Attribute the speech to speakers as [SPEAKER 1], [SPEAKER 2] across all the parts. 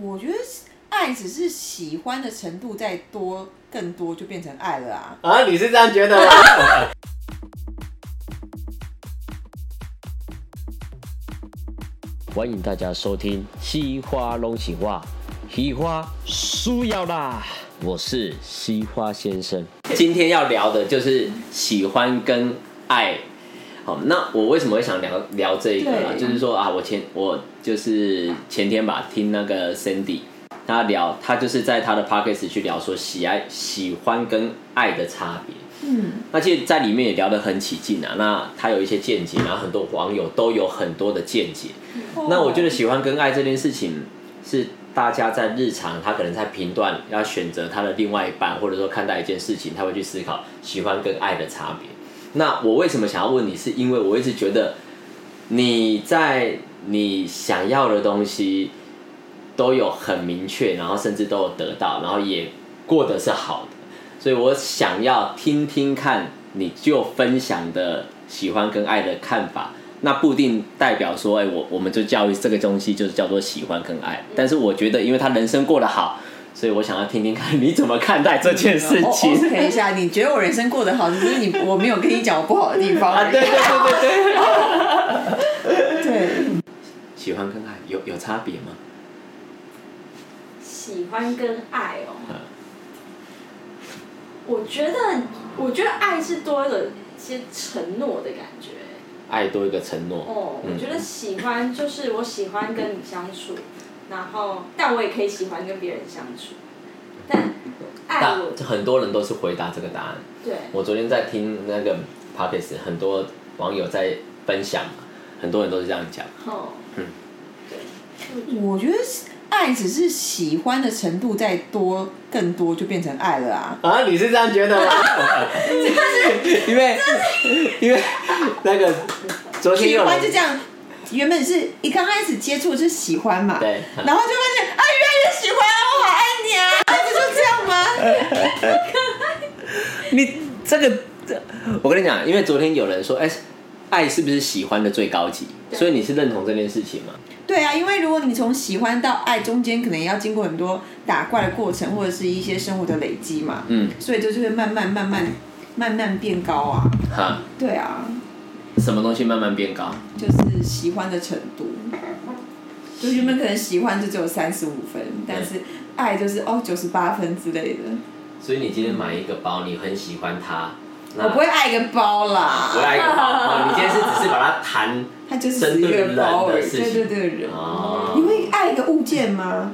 [SPEAKER 1] 我觉得爱只是喜欢的程度再多更多，就变成爱了啊。
[SPEAKER 2] 啊，你是这样觉得吗？欢迎大家收听《西花龙喜话》，喜花输要啦！我是西花先生。今天要聊的就是喜欢跟爱。好，那我为什么会想聊聊这个呢？
[SPEAKER 1] 对
[SPEAKER 2] 就是说啊，我前我就是前天吧，听那个 Cindy，他聊，他就是在他的 p o c k e t 去聊说喜爱、喜欢跟爱的差别。
[SPEAKER 1] 嗯，
[SPEAKER 2] 那其实，在里面也聊得很起劲啊。那他有一些见解，然后很多网友都有很多的见解。那
[SPEAKER 1] 哦
[SPEAKER 2] 我觉得喜欢跟爱这件事情，是大家在日常，他可能在评断要选择他的另外一半，或者说看待一件事情，他会去思考喜欢跟爱的差别。那我为什么想要问你？是因为我一直觉得你在你想要的东西都有很明确，然后甚至都有得到，然后也过得是好的。所以我想要听听看你就分享的喜欢跟爱的看法。那不一定代表说，哎、我我们就教育这个东西就是叫做喜欢跟爱。但是我觉得，因为他人生过得好，所以我想要听听看你怎么看待这件事情。
[SPEAKER 1] 哦哦等一下，你觉得我人生过得好，只是你我没有跟你讲我不好的地方而
[SPEAKER 2] 啊，
[SPEAKER 1] 已。
[SPEAKER 2] 对对对对对，
[SPEAKER 1] 对，
[SPEAKER 2] 喜欢跟爱有有差别吗？
[SPEAKER 3] 喜欢跟爱哦、
[SPEAKER 2] 嗯
[SPEAKER 3] 我觉得，我觉得爱是多了一些承诺的感觉。
[SPEAKER 2] 爱多一个承诺。
[SPEAKER 3] 哦，
[SPEAKER 2] 嗯
[SPEAKER 3] 我觉得喜欢就是我喜欢跟你相处，然后但我也可以喜欢跟别人相处，但爱
[SPEAKER 2] 大
[SPEAKER 3] 我
[SPEAKER 2] 很多人都是回答这个答案。
[SPEAKER 3] 对
[SPEAKER 2] 我昨天在听那个 p o d c a s t 很多网友在分享，很多人都是这样讲。
[SPEAKER 3] 哦，
[SPEAKER 2] 嗯
[SPEAKER 3] 对，
[SPEAKER 1] 我觉得爱只是喜欢的程度再多更多，就变成爱了啊。
[SPEAKER 2] 啊，你是这样觉得 吗？因为因为那个昨天
[SPEAKER 1] 喜
[SPEAKER 2] 有人
[SPEAKER 1] 欢就这样，原本是一刚开始接触就是喜欢嘛，
[SPEAKER 2] 对
[SPEAKER 1] 然后就发现啊，越来越喜欢啊，我好爱你 啊，不就这样吗？
[SPEAKER 2] 你这个，这我跟你讲，因为昨天有人说，哎、爱是不是喜欢的最高级？
[SPEAKER 3] 对
[SPEAKER 2] 所以你是认同这件事情吗？
[SPEAKER 1] 对啊，因为如果你从喜欢到爱中间，可能也要经过很多打怪的过程，或者是一些生活的累积嘛，
[SPEAKER 2] 嗯，
[SPEAKER 1] 所以就是会慢慢慢慢慢慢变高啊。
[SPEAKER 2] 哈，
[SPEAKER 1] 对啊，
[SPEAKER 2] 什么东西慢慢变高？
[SPEAKER 1] 就是喜欢的程度。就原本可能喜欢就只有三十五分，但是爱就是哦九十八分之类的。
[SPEAKER 2] 所以你今天买一个包，你很喜欢它，那
[SPEAKER 1] 我不会爱一个包啦，
[SPEAKER 2] 不爱一个 包，哦你今天是只是把它弹
[SPEAKER 1] 它就是只是一个包而已，对
[SPEAKER 2] 针对人的事情
[SPEAKER 1] 对对人。
[SPEAKER 2] 哦
[SPEAKER 1] 你会爱一个物件吗？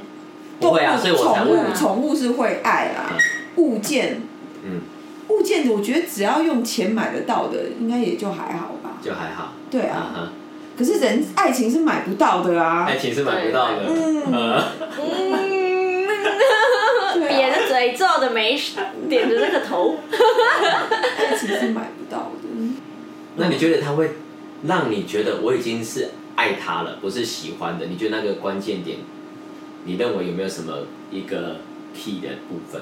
[SPEAKER 2] 不会啊所以我才
[SPEAKER 1] 宠物
[SPEAKER 3] 问你
[SPEAKER 1] 宠物是会爱啦
[SPEAKER 2] 嗯，
[SPEAKER 1] 物件
[SPEAKER 2] 嗯，
[SPEAKER 1] 物件，我觉得只要用钱买得到的，应该也就还好吧。
[SPEAKER 2] 就还好。
[SPEAKER 1] 对
[SPEAKER 2] 啊哎
[SPEAKER 1] 啊，
[SPEAKER 2] 哈，
[SPEAKER 1] 可是人爱情是买不到的啊
[SPEAKER 2] 爱。情是买不到的。
[SPEAKER 1] 嗯
[SPEAKER 2] 呃
[SPEAKER 3] 嗯，
[SPEAKER 1] 对
[SPEAKER 3] 别
[SPEAKER 1] 啊，
[SPEAKER 3] 人嘴皱的眉，点着那个头，
[SPEAKER 1] 爱情是买不到的。
[SPEAKER 2] 那你觉得他会让你觉得我已经是爱他了，不是喜欢的？你觉得那个关键点，你认为有没有什么一个 key 的部分？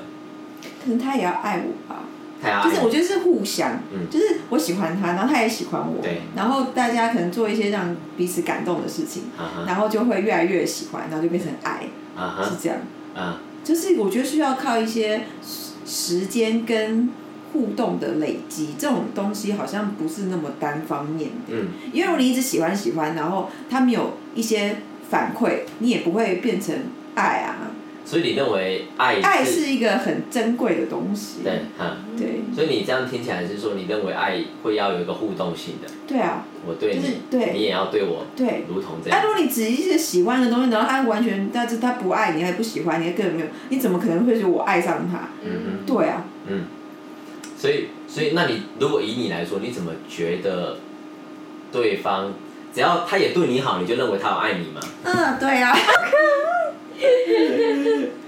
[SPEAKER 1] 可能他也要爱我吧，
[SPEAKER 2] 太爱
[SPEAKER 1] 就
[SPEAKER 2] 了
[SPEAKER 1] 是我觉得是互相，
[SPEAKER 2] 嗯
[SPEAKER 1] 就是我喜欢他，然后他也喜欢我
[SPEAKER 2] 对，
[SPEAKER 1] 然后大家可能做一些让彼此感动的事情，
[SPEAKER 2] 啊哈
[SPEAKER 1] 然后就会越来越喜欢，然后就变成爱，
[SPEAKER 2] 啊
[SPEAKER 1] 是
[SPEAKER 2] 哈
[SPEAKER 1] 这样。
[SPEAKER 2] 啊！
[SPEAKER 1] 就是我觉得需要靠一些时时间跟互动的累积，这种东西好像不是那么单方面的。
[SPEAKER 2] 嗯，
[SPEAKER 1] 因为如果你一直喜欢喜欢，然后他们有一些反馈，你也不会变成爱啊。
[SPEAKER 2] 所以你认为爱
[SPEAKER 1] 爱是一个很珍贵的东西。
[SPEAKER 2] 对哈？
[SPEAKER 1] 对
[SPEAKER 2] 所以你这样听起来是说，你认为爱会要有一个互动性的，
[SPEAKER 1] 对啊，
[SPEAKER 2] 我对
[SPEAKER 1] 就是
[SPEAKER 2] 你，
[SPEAKER 1] 对
[SPEAKER 2] 你也要对我，
[SPEAKER 1] 对。
[SPEAKER 2] 如同这
[SPEAKER 1] 啊，
[SPEAKER 2] 样
[SPEAKER 1] 如。果你只是一个喜欢的东西，然后他完全，但是他不爱你，还不喜欢你，还根本没有，你怎么可能会觉得我爱上他？
[SPEAKER 2] 嗯
[SPEAKER 1] 对啊，
[SPEAKER 2] 嗯，所以所以那你如果以你来说，你怎么觉得对方只要他也对你好，你就认为他有爱你吗？
[SPEAKER 1] 嗯，对啊。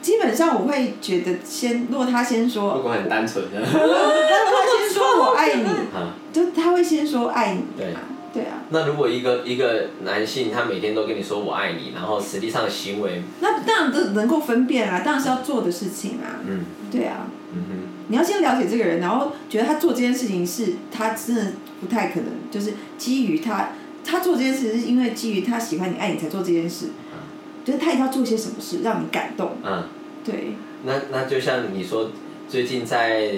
[SPEAKER 1] 基本上我会觉得先，如果他先 说，
[SPEAKER 2] 果很单纯啊的，
[SPEAKER 1] 如果他先说我 爱你，
[SPEAKER 2] 啊，
[SPEAKER 1] 就他会先说爱你
[SPEAKER 2] 对
[SPEAKER 1] 嘛，对啊，
[SPEAKER 2] 那如果一个一个男性他每天都跟你说我爱你，然后实际上行为，
[SPEAKER 1] 那当然都能够分辨啊，当然是要做的事情啊，
[SPEAKER 2] 嗯
[SPEAKER 1] 对啊，
[SPEAKER 2] 嗯
[SPEAKER 1] 你要先了解这个人，然后觉得他做这件事情是他真的不太可能，就是基于他他做这件事是因为基于他喜欢你爱你才做这件事，就是他一定要做些什么事让你感动。
[SPEAKER 2] 嗯，
[SPEAKER 1] 对，
[SPEAKER 2] 那那就像你说，最近在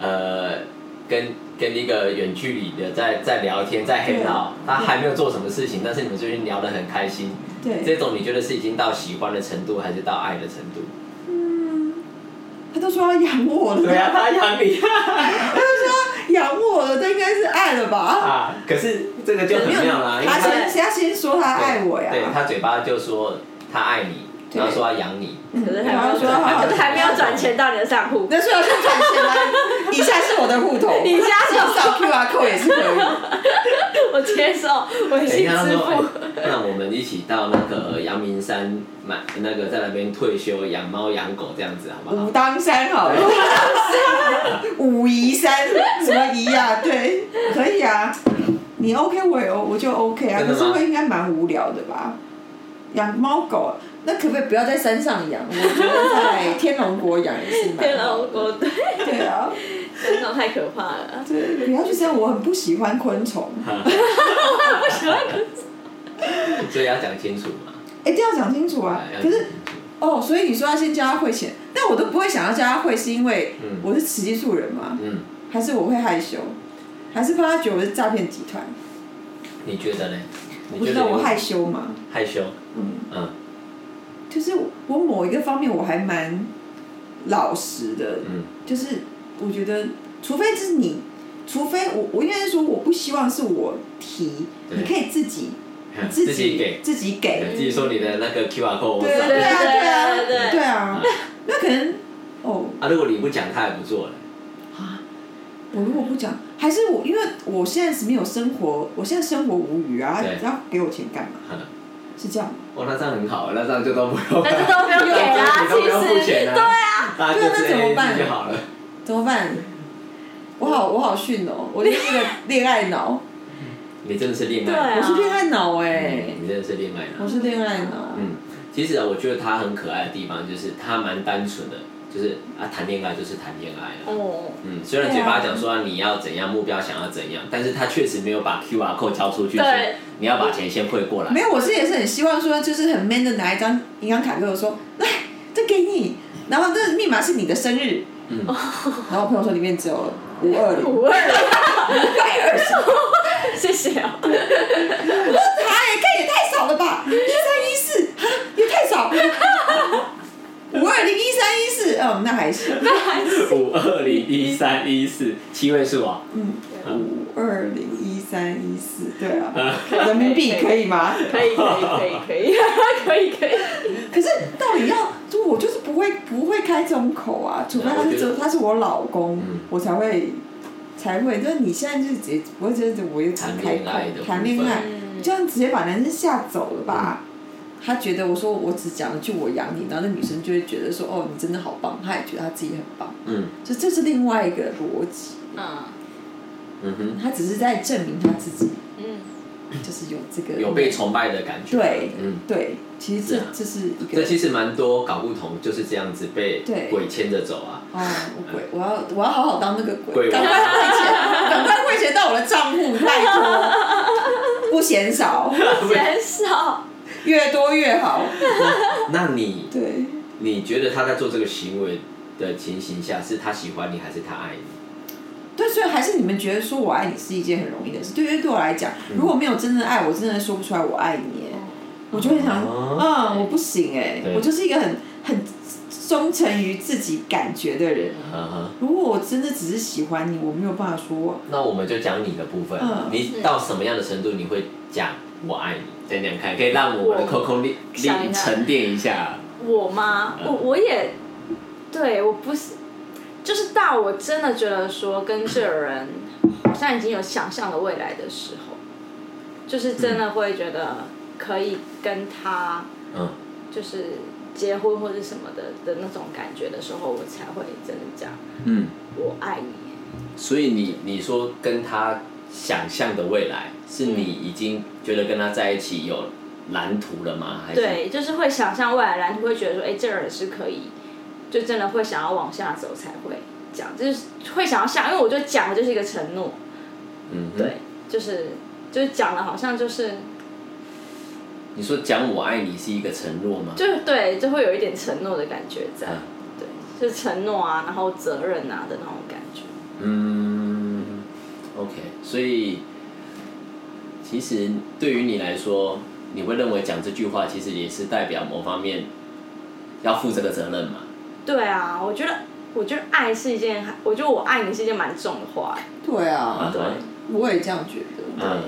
[SPEAKER 2] 呃跟跟一个远距离的在在聊天，在黑闹，他还没有做什么事情，但是你们最近聊得很开心，
[SPEAKER 1] 对，
[SPEAKER 2] 这种你觉得是已经到喜欢的程度，还是到爱的程度？
[SPEAKER 1] 他都说要养我了，
[SPEAKER 2] 对啊，他养你
[SPEAKER 1] 养我了，这应该是爱了吧？
[SPEAKER 2] 啊，可是这个就很妙啦，因为
[SPEAKER 1] 他
[SPEAKER 2] 他
[SPEAKER 1] 先他先说他爱我呀，
[SPEAKER 2] 对他嘴巴就说他爱你，
[SPEAKER 1] 对
[SPEAKER 2] 然后说要养 你，
[SPEAKER 3] 可是还
[SPEAKER 1] 然
[SPEAKER 3] 没
[SPEAKER 1] 后
[SPEAKER 3] 有
[SPEAKER 1] 说好
[SPEAKER 3] 转，
[SPEAKER 1] 好
[SPEAKER 3] 可是还没有转钱到你的账户。
[SPEAKER 1] 那所以要先转钱来，以下是我的户头，
[SPEAKER 3] 以下是我
[SPEAKER 1] 扫 QR code 也是可以。
[SPEAKER 3] 我接受微
[SPEAKER 2] 人
[SPEAKER 3] 信
[SPEAKER 2] 家
[SPEAKER 3] 支
[SPEAKER 2] 说，哎
[SPEAKER 3] 付。
[SPEAKER 2] 那我们一起到那个阳明山买那个在那边退休养猫养狗这样子，好不好
[SPEAKER 1] 武？当山好了，武夷山什么夷啊？对，可以啊，你 OK 我也 O 我就 OK 啊，
[SPEAKER 2] 真
[SPEAKER 1] 可
[SPEAKER 2] 的
[SPEAKER 1] 是
[SPEAKER 2] 吗
[SPEAKER 1] 会应该蛮无聊的吧？养猫狗，啊那可不可以不要在山上养？我觉得在天龙国养也是蛮
[SPEAKER 3] 天
[SPEAKER 1] 好
[SPEAKER 3] 龙
[SPEAKER 1] 的
[SPEAKER 3] 国对，
[SPEAKER 1] 对啊，
[SPEAKER 3] 真的太可怕了。
[SPEAKER 1] 对，不要去山，我很不喜欢昆虫。
[SPEAKER 2] 所以要讲清楚嘛。
[SPEAKER 1] 哎、一定要讲清楚啊！
[SPEAKER 2] 要
[SPEAKER 1] 可
[SPEAKER 2] 讲清
[SPEAKER 1] 是
[SPEAKER 2] 楚
[SPEAKER 1] 哦，所以你说要先教他会写，但我都不会想要教他会，是因为
[SPEAKER 2] 嗯
[SPEAKER 1] 我是雌激素人嘛，
[SPEAKER 2] 嗯，
[SPEAKER 1] 还是我会害羞，还是怕他觉得我是诈骗集团？
[SPEAKER 2] 你觉得呢？你
[SPEAKER 1] 我
[SPEAKER 2] 觉
[SPEAKER 1] 知
[SPEAKER 2] 得
[SPEAKER 1] 道
[SPEAKER 2] 你
[SPEAKER 1] 我害羞嘛，
[SPEAKER 2] 害羞，
[SPEAKER 1] 嗯，
[SPEAKER 2] 嗯
[SPEAKER 1] 就是我某一个方面我还蛮老实的，
[SPEAKER 2] 嗯
[SPEAKER 1] 就是我觉得，除非是你，除非我，我应该是说我不希望是我提，
[SPEAKER 2] 对
[SPEAKER 1] 你可以自己
[SPEAKER 2] 嗯，
[SPEAKER 1] 自
[SPEAKER 2] 己给，
[SPEAKER 1] 自己给，
[SPEAKER 2] 自己说你的那个 QR code 我
[SPEAKER 1] 对啊
[SPEAKER 2] 扫
[SPEAKER 1] 对啊
[SPEAKER 3] 对
[SPEAKER 1] 对啊
[SPEAKER 3] 对对
[SPEAKER 1] 对啊，那可能哦，
[SPEAKER 2] 啊，如果你不讲，他也不做了。
[SPEAKER 1] 我如果不讲，还是我，因为我现在是没有生活，我现在生活无余啊，
[SPEAKER 2] 对
[SPEAKER 1] 你要给我钱干嘛？
[SPEAKER 2] 嗯
[SPEAKER 1] 是这样吗？
[SPEAKER 2] 哦，那这样很好，那这样就都不用，
[SPEAKER 3] 但是都不用给啊，
[SPEAKER 2] 你都不用付
[SPEAKER 3] 其实
[SPEAKER 2] 钱啊
[SPEAKER 3] 对啊，
[SPEAKER 2] 大家就
[SPEAKER 1] 对啊那
[SPEAKER 2] 直接
[SPEAKER 1] 怎么办
[SPEAKER 2] 就好了。
[SPEAKER 1] 怎么办？我好，我好逊哦，我就是一个恋爱脑，
[SPEAKER 2] 你真的是恋
[SPEAKER 3] 对
[SPEAKER 2] 爱
[SPEAKER 3] 啊，
[SPEAKER 1] 我是恋爱脑哎、
[SPEAKER 2] 嗯你真的是恋爱
[SPEAKER 1] 我
[SPEAKER 2] 脑。
[SPEAKER 1] 是恋爱脑，
[SPEAKER 2] 嗯，其实啊，我觉得他很可爱的地方就是他蛮单纯的，就是啊，谈恋爱就是谈恋爱了。
[SPEAKER 3] 哦，
[SPEAKER 2] 嗯，虽然
[SPEAKER 1] 对
[SPEAKER 2] 嘴
[SPEAKER 1] 啊
[SPEAKER 2] 巴讲说你要怎样，目标想要怎样，但是他确实没有把 QR code 交出去，说
[SPEAKER 3] 对
[SPEAKER 2] 你要把钱先汇过来
[SPEAKER 1] 啊没。有，我是也是很希望说，就是很 man 的拿一张银行卡给我说，来，这给你，然后这密码是你的生日，
[SPEAKER 2] 嗯
[SPEAKER 1] 然后我朋友说里面只有五二零，
[SPEAKER 3] 五二零，谢谢哦。
[SPEAKER 1] 哎，看也太少了吧，一三一四，哈，也太 少。五二零一三一四，嗯，那还行。
[SPEAKER 2] 五二零一三一四七位数啊，
[SPEAKER 1] 嗯，五二零一三一四，对啊，
[SPEAKER 3] 以
[SPEAKER 2] 嗯
[SPEAKER 1] 人民币可以吗？
[SPEAKER 3] 可以可以可以可以可以可以，
[SPEAKER 1] 可是到底要，就我就是不会不会开这种口啊，除非他
[SPEAKER 2] 我
[SPEAKER 1] 是
[SPEAKER 2] 觉得
[SPEAKER 1] 只他是我老公
[SPEAKER 2] 嗯，
[SPEAKER 1] 我才会才会。就是你现在就是直接，我觉得我又只
[SPEAKER 2] 谈
[SPEAKER 1] 开
[SPEAKER 2] 恋
[SPEAKER 1] 口
[SPEAKER 2] 爱的部分嗯
[SPEAKER 1] 谈恋爱，
[SPEAKER 3] 嗯
[SPEAKER 1] 这样直接把男生吓走了吧？他觉得我说我只讲了句我养你，然后那女生就会觉得说哦你真的好棒，她也觉得她自己很棒，
[SPEAKER 2] 嗯
[SPEAKER 1] 就这是另外一个逻辑，
[SPEAKER 3] 嗯
[SPEAKER 2] 嗯哼，
[SPEAKER 1] 她只是在证明她自己
[SPEAKER 3] 嗯，
[SPEAKER 1] 就是有这个
[SPEAKER 2] 有被崇拜的感觉。
[SPEAKER 1] 对
[SPEAKER 2] 嗯，
[SPEAKER 1] 对，其实
[SPEAKER 2] 是
[SPEAKER 1] 这
[SPEAKER 2] 啊
[SPEAKER 1] 这是一
[SPEAKER 2] 这
[SPEAKER 1] 个
[SPEAKER 2] 其实蛮多搞不同就是这样子被
[SPEAKER 1] 对
[SPEAKER 2] 鬼牵着走啊。
[SPEAKER 1] 哦，我鬼，我要我要好好当那个
[SPEAKER 2] 鬼
[SPEAKER 1] 鬼，赶
[SPEAKER 2] 王
[SPEAKER 1] 快汇钱，赶快汇钱到我的账户，拜托，不嫌少，
[SPEAKER 3] 嗯减少，
[SPEAKER 1] 越多越好，
[SPEAKER 2] 那你
[SPEAKER 1] 对。
[SPEAKER 2] 你觉得他在做这个行为的情形下，是他喜欢你还是他爱你？
[SPEAKER 1] 对，所以还是你们觉得说我爱你是一件很容易的事，对于对我来讲，如果没有真的爱，我真的说不出来我爱你耶。我就会想，
[SPEAKER 2] 哦
[SPEAKER 1] 嗯，我不行哎
[SPEAKER 2] 对，
[SPEAKER 1] 我就是一个很很忠诚于自己感觉的人。
[SPEAKER 2] 嗯哼。
[SPEAKER 1] 如果我真的只是喜欢你，我没有办法说我
[SPEAKER 2] 那我们就讲你的部分，
[SPEAKER 1] 嗯
[SPEAKER 2] 你到什么样的程度你会讲我爱你？讲讲看，可以让我们的
[SPEAKER 3] 我
[SPEAKER 2] Coco 历
[SPEAKER 3] 想一
[SPEAKER 2] 历
[SPEAKER 3] 下
[SPEAKER 2] 沉淀一下。
[SPEAKER 3] 我吗？我我也，对我不是，就是到我真的觉得说跟这个人好像已经有想象的未来的时候，就是真的会觉得可以跟他
[SPEAKER 2] 嗯，
[SPEAKER 3] 就是结婚或者什么的的那种感觉的时候，我才会真的讲
[SPEAKER 2] 嗯，
[SPEAKER 3] 我爱你。
[SPEAKER 2] 所以你你说跟他想象的未来，是你已经觉得跟他在一起有蓝图了吗？还是
[SPEAKER 3] 对，就是会想象未来蓝图，会觉得说，哎、这个人是可以，就真的会想要往下走才会讲，就是会想要下，因为我就讲的就是一个承诺。
[SPEAKER 2] 嗯哼，
[SPEAKER 3] 对，就是就是讲的好像就是
[SPEAKER 2] 你说讲我爱你是一个承诺吗？
[SPEAKER 3] 就是对，就会有一点承诺的感觉在，
[SPEAKER 2] 嗯
[SPEAKER 3] 对，就是承诺啊，然后责任啊的那种感觉。
[SPEAKER 2] 嗯，OK，所以其实对于你来说，你会认为讲这句话其实也是代表某方面要负这个责任嘛？
[SPEAKER 3] 对啊，我觉得，我觉得爱是一件，我觉得我爱你是一件蛮重的话。
[SPEAKER 1] 对
[SPEAKER 2] 啊
[SPEAKER 1] 啊，
[SPEAKER 2] 对，
[SPEAKER 1] 我也这样觉得。
[SPEAKER 2] 嗯，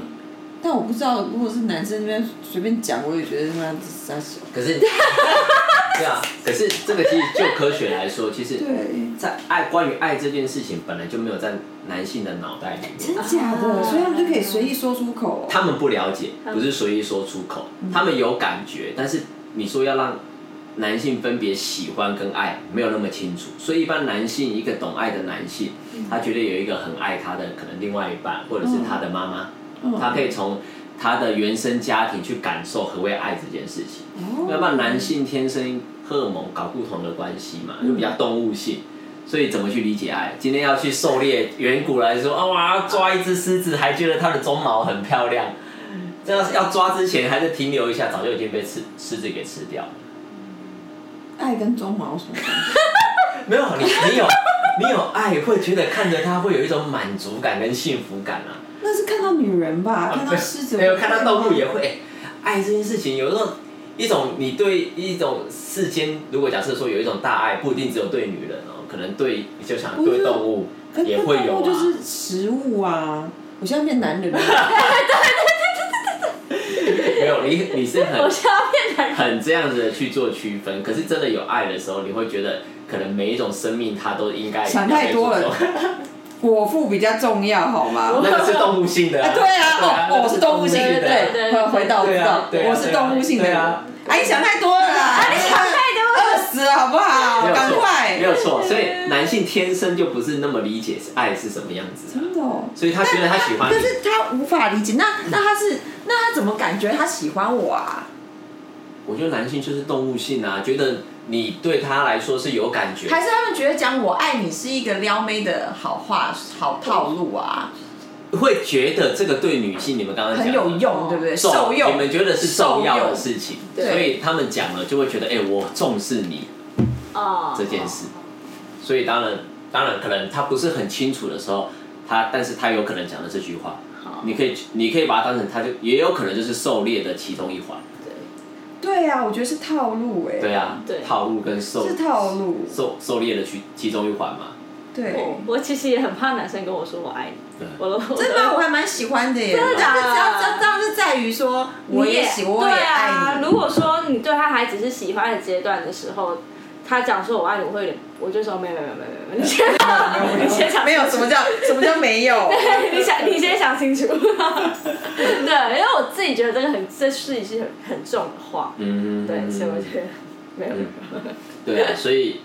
[SPEAKER 1] 但我不知道，如果是男生那边随便讲，我也觉得那三小。
[SPEAKER 2] 可是， 对啊，可是这个其实就科学来说，其实
[SPEAKER 1] 对，
[SPEAKER 2] 在爱关于爱这件事情本来就没有在男性的脑袋里面，
[SPEAKER 1] 真假的，
[SPEAKER 3] 啊
[SPEAKER 1] 所以他们就可以随意说出口哦。
[SPEAKER 2] 他们不了解，不是随意说出口，他们有感觉，但是你说要让男性分别喜欢跟爱，没有那么清楚，所以一般男性一个懂爱的男性，他觉得有一个很爱他的可能另外一半或者是他的妈妈，
[SPEAKER 1] 嗯
[SPEAKER 2] 他可以从他的原生家庭去感受何谓爱这件事情。
[SPEAKER 1] 哦
[SPEAKER 2] 要不然男性天生荷尔蒙搞不同的关系嘛，就比较动物性，所以怎么去理解爱？今天要去狩猎，远古来说，啊哇，抓一只狮子还觉得它的鬃毛很漂亮，这要要抓之前还在停留一下，早就已经被狮狮子给吃掉了。
[SPEAKER 1] 爱跟鬃毛有什么关系？
[SPEAKER 2] 没有你，你有你有爱，会觉得看着它会有一种满足感跟幸福感啊。
[SPEAKER 1] 那是看到女人吧，看到狮子，
[SPEAKER 2] 没有啊哎看到动物也会、爱这件事情，有一种一种你对一种世间，如果假设说有一种大爱，不一定只有对女人哦，可能对你就想对动物
[SPEAKER 1] 可是
[SPEAKER 2] 也会有
[SPEAKER 1] 动
[SPEAKER 2] 啊
[SPEAKER 1] 物。就是食物啊。我现在变男人了，
[SPEAKER 2] 没有你你是很
[SPEAKER 3] 我现在变成
[SPEAKER 2] 很这样子的去做区分，可是真的有爱的时候，你会觉得可能每一种生命它都应该
[SPEAKER 1] 想太多了 果腹比较重要，好吗？
[SPEAKER 2] 那个是动物性的、
[SPEAKER 1] 啊，对啊，哦，我是动物性的，
[SPEAKER 2] 对
[SPEAKER 3] 对
[SPEAKER 1] 对，
[SPEAKER 3] 对
[SPEAKER 1] 回回到
[SPEAKER 2] 对
[SPEAKER 1] 回
[SPEAKER 2] 啊
[SPEAKER 1] 到，
[SPEAKER 2] 对啊
[SPEAKER 1] 我是动物性的
[SPEAKER 2] 对
[SPEAKER 1] 人。
[SPEAKER 2] 啊
[SPEAKER 1] 哎，你想太多了啦，啊
[SPEAKER 2] 哎
[SPEAKER 1] 你想太多了，饿死了好不好？
[SPEAKER 2] 没有
[SPEAKER 1] 赶
[SPEAKER 2] 错，
[SPEAKER 1] 快
[SPEAKER 2] 没，有错，所以男性天生就不是那么理解爱是什么样子、啊，
[SPEAKER 1] 真的哦。
[SPEAKER 2] 所以 他觉得他喜欢你
[SPEAKER 1] 但。是他无法理解，那那他是那他怎么感觉他喜欢我啊？
[SPEAKER 2] 我觉得男性就是动物性啊，觉得你对他来说是有感觉，
[SPEAKER 1] 还是他们觉得讲我爱你是一个撩妹的好话好套路啊，
[SPEAKER 2] 会觉得这个对女性，你们刚刚讲
[SPEAKER 1] 很
[SPEAKER 2] 的哦
[SPEAKER 1] 有用，对不对？受
[SPEAKER 2] 你
[SPEAKER 1] 用，
[SPEAKER 2] 们觉得是重要的事情，
[SPEAKER 1] 受用
[SPEAKER 2] 所以他们讲了就会觉得，哎、我重视你
[SPEAKER 3] 啊
[SPEAKER 2] 这件事。所以当然，当然可能他不是很清楚的时候，他但是他有可能讲了这句话，
[SPEAKER 3] 好
[SPEAKER 2] 你可以你可以把它当成他就也有可能就是狩猎的其中一环，
[SPEAKER 1] 对啊，我觉得是套路哎，
[SPEAKER 2] 对啊，
[SPEAKER 3] 对
[SPEAKER 2] 套路跟狩
[SPEAKER 1] 是套路，
[SPEAKER 2] 狩狩猎的其其中一环嘛，
[SPEAKER 1] 对
[SPEAKER 2] 哦
[SPEAKER 3] 我。我其实也很怕男生跟我说我爱你
[SPEAKER 2] 对，
[SPEAKER 3] 我都
[SPEAKER 1] 真的吗？我还蛮喜欢的耶。真
[SPEAKER 3] 的假的
[SPEAKER 1] 只要只要当然是在于说，我也喜，
[SPEAKER 3] 对
[SPEAKER 1] 我也爱
[SPEAKER 3] 啊。
[SPEAKER 1] 你。
[SPEAKER 3] 如果说你对他还只是喜欢的阶段的时候，他讲说我爱你，我会有点，我就说没有没有没有没有没有，你先你先讲
[SPEAKER 1] 没有什么叫什么叫没 有，
[SPEAKER 3] 你想，你先想清楚。对，因为我自己觉得这个很，这事情是很很重的话，
[SPEAKER 2] 嗯，
[SPEAKER 3] 对，所以我觉得没有。
[SPEAKER 2] 对 啊，所以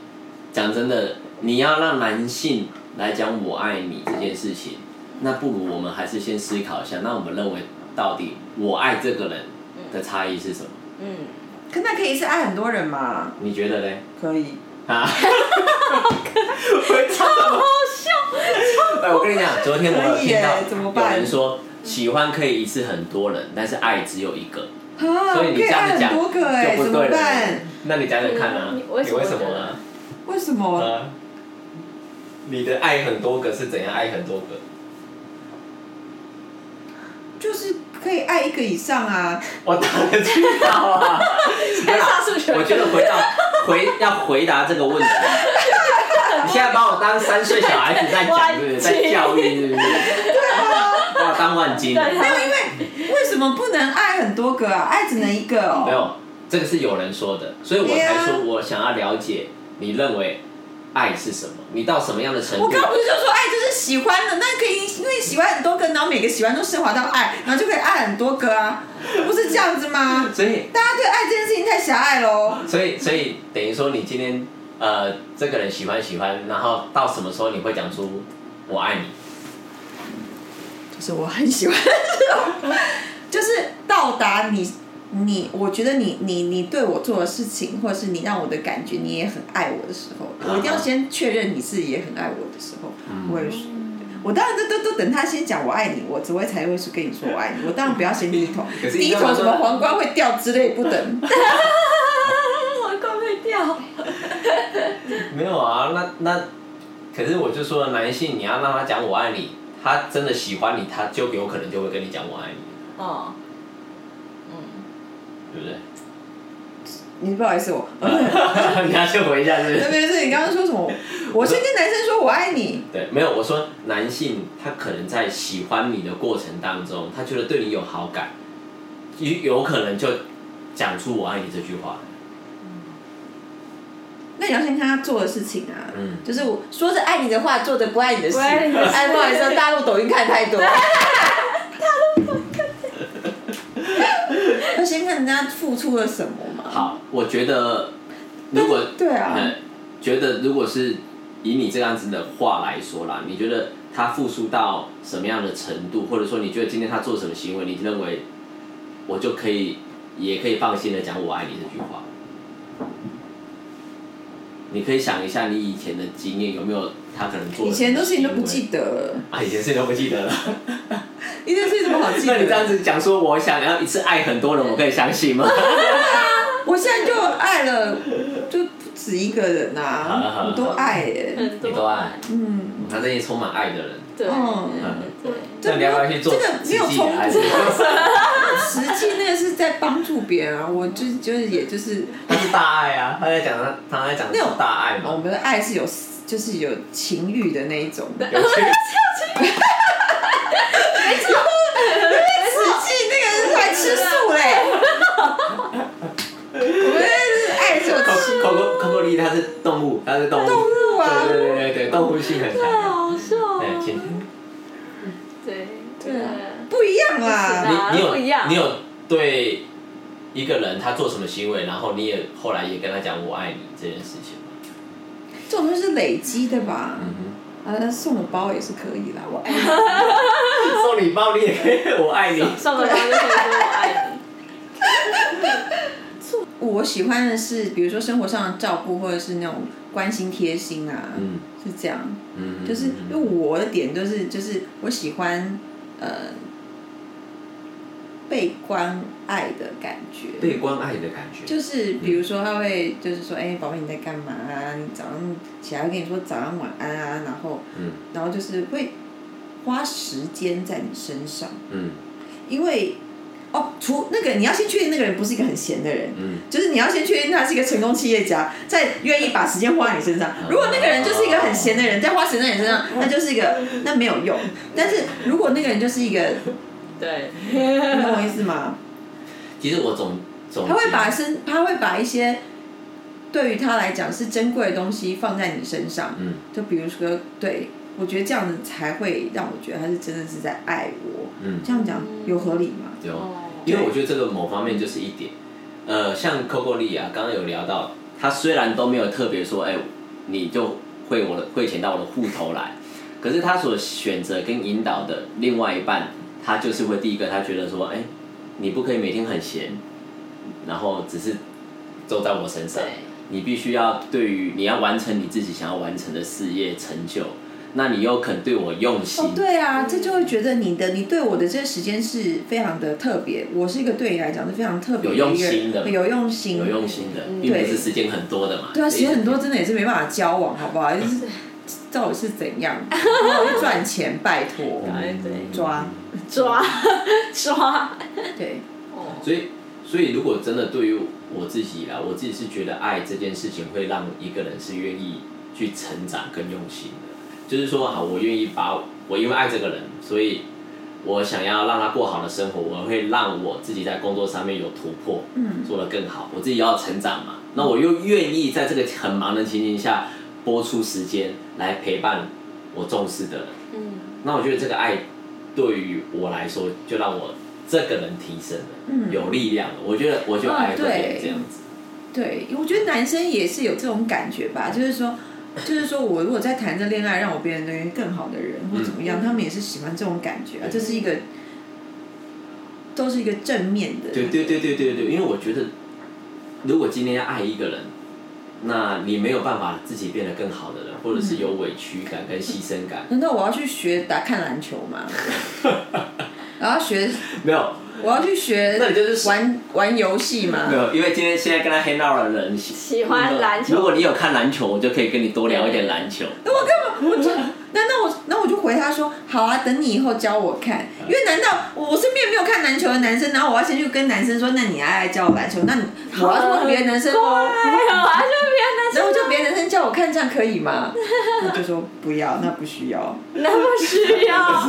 [SPEAKER 2] 讲真的，你要让男性来讲“我爱你”这件事情，那不如我们还是先思考一下，那我们认为到底我爱这个人的差异是什么？
[SPEAKER 3] 嗯，
[SPEAKER 1] 可那可以是爱很多人嘛？
[SPEAKER 2] 你觉得嘞？
[SPEAKER 1] 可以，
[SPEAKER 2] 啊？我操！
[SPEAKER 3] 好笑。
[SPEAKER 2] 哎，我跟你讲，昨天我有
[SPEAKER 1] 可以
[SPEAKER 2] 听
[SPEAKER 1] 耶
[SPEAKER 2] 到
[SPEAKER 1] 怎么
[SPEAKER 2] 有
[SPEAKER 1] 办
[SPEAKER 2] 人说，喜欢可以一次很多人，但是爱只有一个，
[SPEAKER 1] 啊，
[SPEAKER 2] 所以
[SPEAKER 1] 我可
[SPEAKER 2] 你这
[SPEAKER 1] 以
[SPEAKER 2] 样
[SPEAKER 1] 爱
[SPEAKER 2] 子讲
[SPEAKER 1] 很多个哎，
[SPEAKER 2] 就
[SPEAKER 1] 怎
[SPEAKER 2] 不
[SPEAKER 1] 么
[SPEAKER 2] 对了
[SPEAKER 1] 办？。
[SPEAKER 2] 那你讲讲看啊，
[SPEAKER 3] 嗯
[SPEAKER 2] 你
[SPEAKER 3] 你为什么
[SPEAKER 2] 为什么呢？
[SPEAKER 1] 为什么？
[SPEAKER 2] 啊，你的爱很多个是怎样爱很多个？
[SPEAKER 1] 就是可以爱一个以上啊，
[SPEAKER 2] 我当然知道啊。
[SPEAKER 3] 还上数学
[SPEAKER 2] 我觉得回到 回要回答这 个问题，你现在把我当三岁小孩子在讲，是不是？在教育，是不是？把我当万金。
[SPEAKER 3] 对
[SPEAKER 2] 没
[SPEAKER 1] 没啊有，因为为什么不能爱很多个啊？爱只能一个哦。
[SPEAKER 2] 有，这个是有人说的，所以我才说我想要了解你认为爱是什么，你到什么样的程
[SPEAKER 1] 我
[SPEAKER 2] 度？
[SPEAKER 1] 刚刚不是就说爱就是喜欢的，那可以因为喜欢很多个，然后每个喜欢都升华到爱，然后就可以爱很多个啊，不是这样子吗？
[SPEAKER 2] 所以，
[SPEAKER 1] 大家对爱这件事情太狭隘喽。
[SPEAKER 2] 所以，所以等于说你今天呃，这个人喜欢喜欢，然后到什么时候你会讲出我爱你？
[SPEAKER 1] 就是我很喜欢这种， 就是到达你你，我觉得你你你对我做的事情，或者是你让我的感觉，
[SPEAKER 4] 嗯
[SPEAKER 1] 你也很爱我的时候，我一定要先确认你是也很爱我的时候，我也是。我当然都都都等他先讲我爱你，我只会才会是跟你说我爱你。我当然不要先低头，
[SPEAKER 4] 可是
[SPEAKER 1] 低
[SPEAKER 4] 你知道
[SPEAKER 1] 头
[SPEAKER 4] 吗
[SPEAKER 1] 什么皇冠会掉之类不等。
[SPEAKER 3] 我快被掉。
[SPEAKER 2] 没有啊，那那，可是我就说了，男性你要让他讲我爱你，他真的喜欢你，他就有可能就会跟你讲我爱你，
[SPEAKER 3] 哦，嗯，
[SPEAKER 2] 对 不对？
[SPEAKER 1] 你不好意 思我，对
[SPEAKER 2] 你要先回一下是不
[SPEAKER 1] 不
[SPEAKER 2] 是？
[SPEAKER 1] 对？你刚刚说什么？我先跟男生说我爱你，
[SPEAKER 2] 对，没有，我说男性他可能在喜欢你的过程当中，他觉得对你有好感，有有可能就讲出我爱你这句话。
[SPEAKER 1] 那你要先看他做的事情啊。
[SPEAKER 2] 嗯，
[SPEAKER 1] 就是我说着爱你的话，做着不爱你的事。
[SPEAKER 3] 不爱你的事
[SPEAKER 1] 哎，不好意思，大陆抖音看太多。大陆抖音看太多。要先看人家付出了什么嘛。
[SPEAKER 2] 好，我觉得如果
[SPEAKER 1] 对啊
[SPEAKER 2] 呃觉得如果是以你这样子的话来说啦，你觉得他付出到什么样的程度，或者说你觉得今天他做什么行为，你认为我就可以也可以放心的讲我爱你这句话？你可以想一下你以前的经验有没有他可能做
[SPEAKER 1] 以
[SPEAKER 2] 了
[SPEAKER 1] 前的事情都不
[SPEAKER 2] 什么行为
[SPEAKER 1] 记得了，
[SPEAKER 2] 啊，以前事情都不 记得了。
[SPEAKER 1] 以前的事情怎么好记
[SPEAKER 2] 那你这样
[SPEAKER 1] 得？
[SPEAKER 2] 子讲说我想要一次爱很多人，我可以相信 吗？
[SPEAKER 1] 我现在就爱了，就不止一个人
[SPEAKER 2] 好了
[SPEAKER 1] 呐，
[SPEAKER 2] 好了
[SPEAKER 1] 我都爱耶。
[SPEAKER 3] 很多
[SPEAKER 2] 你都爱
[SPEAKER 1] 嗯，
[SPEAKER 2] 他真的充满爱的人。
[SPEAKER 3] 对，
[SPEAKER 1] 嗯
[SPEAKER 3] 对，
[SPEAKER 2] 那你要不要去做
[SPEAKER 1] 这个没有
[SPEAKER 2] 实际的
[SPEAKER 1] 冲突
[SPEAKER 2] 还是
[SPEAKER 1] 实际那个是在帮助别人啊，我就就是也就是
[SPEAKER 2] 他是大爱啊，他在讲他他在讲的是大爱
[SPEAKER 1] 哦我
[SPEAKER 2] 嘛，
[SPEAKER 1] 们的爱是有就是有情欲的那一种。
[SPEAKER 2] 有趣。
[SPEAKER 1] 实际那个人还吃素嘞。我们是爱是有
[SPEAKER 2] 口
[SPEAKER 1] 吃
[SPEAKER 2] 口口口口力它是动物，它是动物，动
[SPEAKER 1] 物啊
[SPEAKER 2] 对对对对，动物性很强。
[SPEAKER 3] 好笑哦
[SPEAKER 2] 对，请
[SPEAKER 3] 对
[SPEAKER 1] 对啊不一样啦。
[SPEAKER 3] 啊
[SPEAKER 2] 你你有
[SPEAKER 3] 不一样
[SPEAKER 2] 你有对一个人他做什么行为，然后你也后来也跟他讲我爱你这件事情吗？
[SPEAKER 1] 这种就是累积的吧。
[SPEAKER 2] 嗯
[SPEAKER 1] 啊，送我包也是可以啦，我爱你。
[SPEAKER 2] 哼， 送礼包你也可以，我爱你。
[SPEAKER 3] 上个班就可以说我爱你。
[SPEAKER 1] 我喜欢的是，比如说生活上的照顾，或者是那种关心贴心啊，
[SPEAKER 2] 嗯
[SPEAKER 1] 是这样。
[SPEAKER 2] 嗯，
[SPEAKER 1] 就是因为我的点就是就是我喜欢呃被关爱的感觉。
[SPEAKER 2] 被关爱的感觉，
[SPEAKER 1] 就是比如说，他会就是说，哎、宝贝你在干嘛啊？你早上起来会跟你说早安晚安啊，然后
[SPEAKER 2] 嗯
[SPEAKER 1] 然后就是会花时间在你身上，
[SPEAKER 2] 嗯
[SPEAKER 1] 因为哦，除那个你要先确定那个人不是一个很闲的人，
[SPEAKER 2] 嗯，
[SPEAKER 1] 就是你要先确定他是一个成功企业家，再愿意把时间花在你身上。如果那个人就是一个很闲的人，再花时间在你身上，那就是一个那没有用。但是如果那个人就是一个，
[SPEAKER 3] 对，
[SPEAKER 1] 你懂我意思吗？
[SPEAKER 2] 其实我总总
[SPEAKER 1] 他会
[SPEAKER 2] 结
[SPEAKER 1] 把身，他会把一些对于他来讲是珍贵的东西放在你身上。
[SPEAKER 2] 嗯
[SPEAKER 1] 就比如说，对我觉得这样子才会让我觉得他是真的是在爱我。
[SPEAKER 2] 嗯
[SPEAKER 1] 这样讲有合理吗？
[SPEAKER 2] 有
[SPEAKER 3] 哦，
[SPEAKER 2] 因为我觉得这个某方面就是一点，呃，像 Coco 丽啊，刚刚有聊到，他虽然都没有特别说，哎、你就汇我的汇钱到我的户头来，可是他所选择跟引导的另外一半，他就是会第一个，他觉得说，哎、你不可以每天很闲，然后只是都在我身上
[SPEAKER 3] 对，
[SPEAKER 2] 你必须要对于你要完成你自己想要完成的事业成就，那你又肯对我用心，
[SPEAKER 1] 哦，对啊，这就会觉得你的你对我的这个时间是非常的特别，我是一个对你来讲是非常特别
[SPEAKER 2] 有用
[SPEAKER 1] 一个人
[SPEAKER 2] 心的
[SPEAKER 1] 有用心，
[SPEAKER 2] 有用心的，
[SPEAKER 3] 嗯
[SPEAKER 2] 并不
[SPEAKER 1] 对
[SPEAKER 2] 是时间很多的嘛，
[SPEAKER 1] 对啊，
[SPEAKER 2] 所
[SPEAKER 1] 其
[SPEAKER 2] 以
[SPEAKER 1] 实很多真的也是没办法交往，好不好？就是到底是怎样？然后赚钱，拜托
[SPEAKER 2] 嗯
[SPEAKER 3] 哎对，
[SPEAKER 1] 抓，
[SPEAKER 3] 抓 抓，
[SPEAKER 1] 对，
[SPEAKER 3] 哦，
[SPEAKER 2] 所以，所以如果真的对于我自己啦，我自己是觉得爱这件事情会让一个人是愿意去成长跟用心的。就是说，好，我愿意把我因为爱这个人，所以我想要让他过好的生活，我会让我自己在工作上面有突破，
[SPEAKER 1] 嗯，
[SPEAKER 2] 做得更好，我自己要成长嘛。那我又愿意在这个很忙的情形下，播出时间来陪伴我重视的人。
[SPEAKER 3] 嗯，
[SPEAKER 2] 那我觉得这个爱对于我来说，就让我这个人提升了，
[SPEAKER 1] 嗯哦
[SPEAKER 2] 有力量了。我觉得我就爱会变这样子，
[SPEAKER 1] 对，我觉得男生也是有这种感觉吧，就是说。就是说我如果在谈着恋爱，让我变成更好的人或怎么样，
[SPEAKER 3] 嗯
[SPEAKER 1] 他们也是喜欢这种感觉啊，
[SPEAKER 2] 对
[SPEAKER 1] 这是一个，都是一个正面的。
[SPEAKER 2] 对对对对对对，因为我觉得，如果今天要爱一个人，那你没有办法自己变得更好的人，或者
[SPEAKER 1] 嗯
[SPEAKER 2] 是有委屈感跟牺牲感，
[SPEAKER 1] 难道我要去学打看篮球吗？然后学，
[SPEAKER 2] 没有。
[SPEAKER 1] 我要去学，
[SPEAKER 2] 那你就是
[SPEAKER 1] 玩玩游戏嘛
[SPEAKER 2] 没。有，因为今天现在跟他 hang out 的人喜
[SPEAKER 3] 欢篮球
[SPEAKER 2] 如果你有看篮球，我就可以跟你多聊一点篮球。
[SPEAKER 1] 那我干嘛？我就那那我那我就回他说，好啊，等你以后教我看。因为难道我我身边没有看篮球的男生，然后我要先去跟男生说，那你爱爱教我篮球？那你啊我要去问别的男生哦，
[SPEAKER 3] 对，我要就别
[SPEAKER 1] 然
[SPEAKER 3] 人
[SPEAKER 1] 后就别的男生叫我看，这样可以吗？我就说不要，那不需要。
[SPEAKER 3] 那么需 要，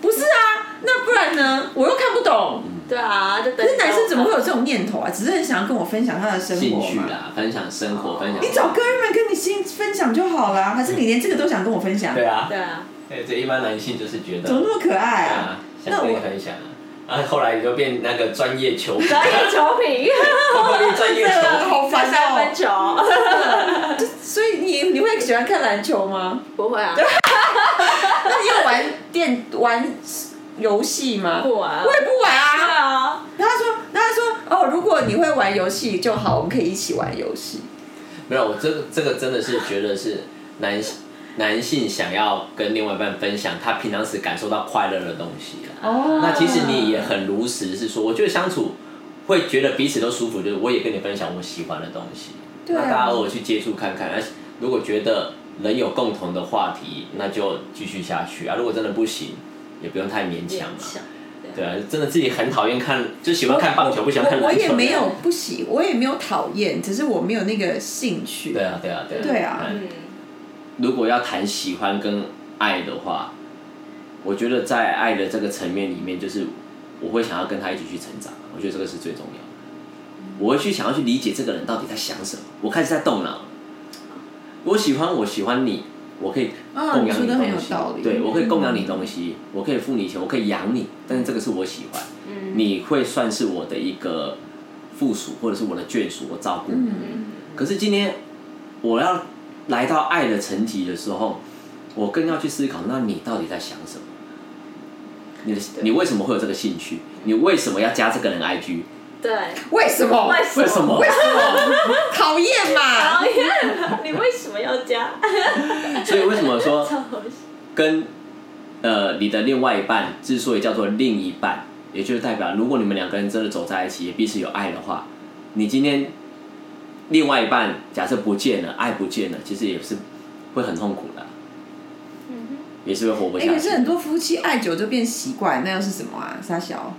[SPEAKER 1] 不是啊，那不然呢？我又看不懂。
[SPEAKER 3] 对啊，就等
[SPEAKER 1] 可是男生怎么会有这种念头啊？只是很想要跟我分享他的生
[SPEAKER 2] 兴
[SPEAKER 1] 活
[SPEAKER 2] 趣
[SPEAKER 1] 嘛。
[SPEAKER 2] 啦，分享生活，分享
[SPEAKER 1] 你找哥们跟你心分享就好啦，还是你连这个都想跟我分享？
[SPEAKER 2] 对啊
[SPEAKER 3] 对，啊，
[SPEAKER 2] 哎，这一般男性就是觉
[SPEAKER 1] 怎么
[SPEAKER 2] 得
[SPEAKER 1] 那么可爱
[SPEAKER 2] 啊
[SPEAKER 1] 啊？，
[SPEAKER 2] 想跟你分享啊，然后后来你就变那个专业球迷，
[SPEAKER 3] 专业球 评，
[SPEAKER 2] 专业球迷，
[SPEAKER 1] 好烦
[SPEAKER 3] 三分
[SPEAKER 1] 哦！
[SPEAKER 3] 球，
[SPEAKER 1] 所以你你会喜欢看篮球吗？
[SPEAKER 3] 不会啊，
[SPEAKER 1] 那你有玩电玩游戏吗？
[SPEAKER 3] 啊不玩
[SPEAKER 1] 我也不玩
[SPEAKER 3] 对
[SPEAKER 1] 啊。
[SPEAKER 3] 啊，
[SPEAKER 1] 然后他说，然后他说，哦，如果你会玩游戏就好，我们可以一起玩游戏。
[SPEAKER 2] 没有，我这个这个真的是觉得是男性男性想要跟另外一半分享他平常时感受到快乐的东西啦。
[SPEAKER 1] 哦
[SPEAKER 2] 那其实你也很如实，是说，我觉得相处会觉得彼此都舒服，就是我也跟你分享我喜欢的东西，
[SPEAKER 1] 对啊
[SPEAKER 2] 那大家偶尔去接触看看，那如果觉得人有共同的话题，那就继续下去啊。如果真的不行，也不用太勉强嘛。对啊，真的自己很讨厌看，就喜欢看棒球，不喜欢看
[SPEAKER 1] 我我
[SPEAKER 2] 篮球。
[SPEAKER 1] 也没有不喜，我也没有讨厌，只是我没有那个兴趣。
[SPEAKER 2] 对啊，对啊，对啊。
[SPEAKER 1] 对啊
[SPEAKER 2] 嗯
[SPEAKER 3] 嗯，
[SPEAKER 2] 如果要谈喜欢跟爱的话，我觉得在爱的这个层面里面，就是我会想要跟他一起去成长，我觉得这个是最重要的。我会去想要去理解这个人到底在想什么，我开始在动脑。我喜欢，我喜欢你，我可以
[SPEAKER 1] 嗯
[SPEAKER 2] 供
[SPEAKER 1] 你
[SPEAKER 2] 养
[SPEAKER 1] 说
[SPEAKER 2] 你
[SPEAKER 1] 得很有
[SPEAKER 2] 东西，
[SPEAKER 1] 道理嗯
[SPEAKER 2] 对我可以供养你东西，我可以付你钱，我可以养你，但是这个是我喜欢，
[SPEAKER 3] 嗯
[SPEAKER 2] 你会算是我的一个附属或者是我的眷属，我照顾你。
[SPEAKER 1] 嗯，
[SPEAKER 2] 可是今天我要来到爱的层级的时候，我更要去思考，那你到底在想什么？你的你为什么会有这个兴趣？你为什么要加这个人 IG？
[SPEAKER 3] 对，
[SPEAKER 1] 为什么？
[SPEAKER 3] 为
[SPEAKER 2] 为什么？
[SPEAKER 1] 讨厌嘛
[SPEAKER 3] 讨！厌， 你为什么要加？
[SPEAKER 2] 所以为什么
[SPEAKER 1] 哦
[SPEAKER 2] 说
[SPEAKER 3] 超好笑
[SPEAKER 2] 跟呃你的另外一半之所以叫做另一半，也就是代表如果你们两个人真的走在一起，也彼此有爱的话，你今天另外一半假设不见了，爱不见了，其实也是会很痛苦的，啊
[SPEAKER 3] 嗯
[SPEAKER 2] 也是会活不
[SPEAKER 1] 哎、
[SPEAKER 2] 下
[SPEAKER 1] 可
[SPEAKER 2] 去
[SPEAKER 1] 是。很多夫妻爱久就变习惯，那又是什么啊？傻小？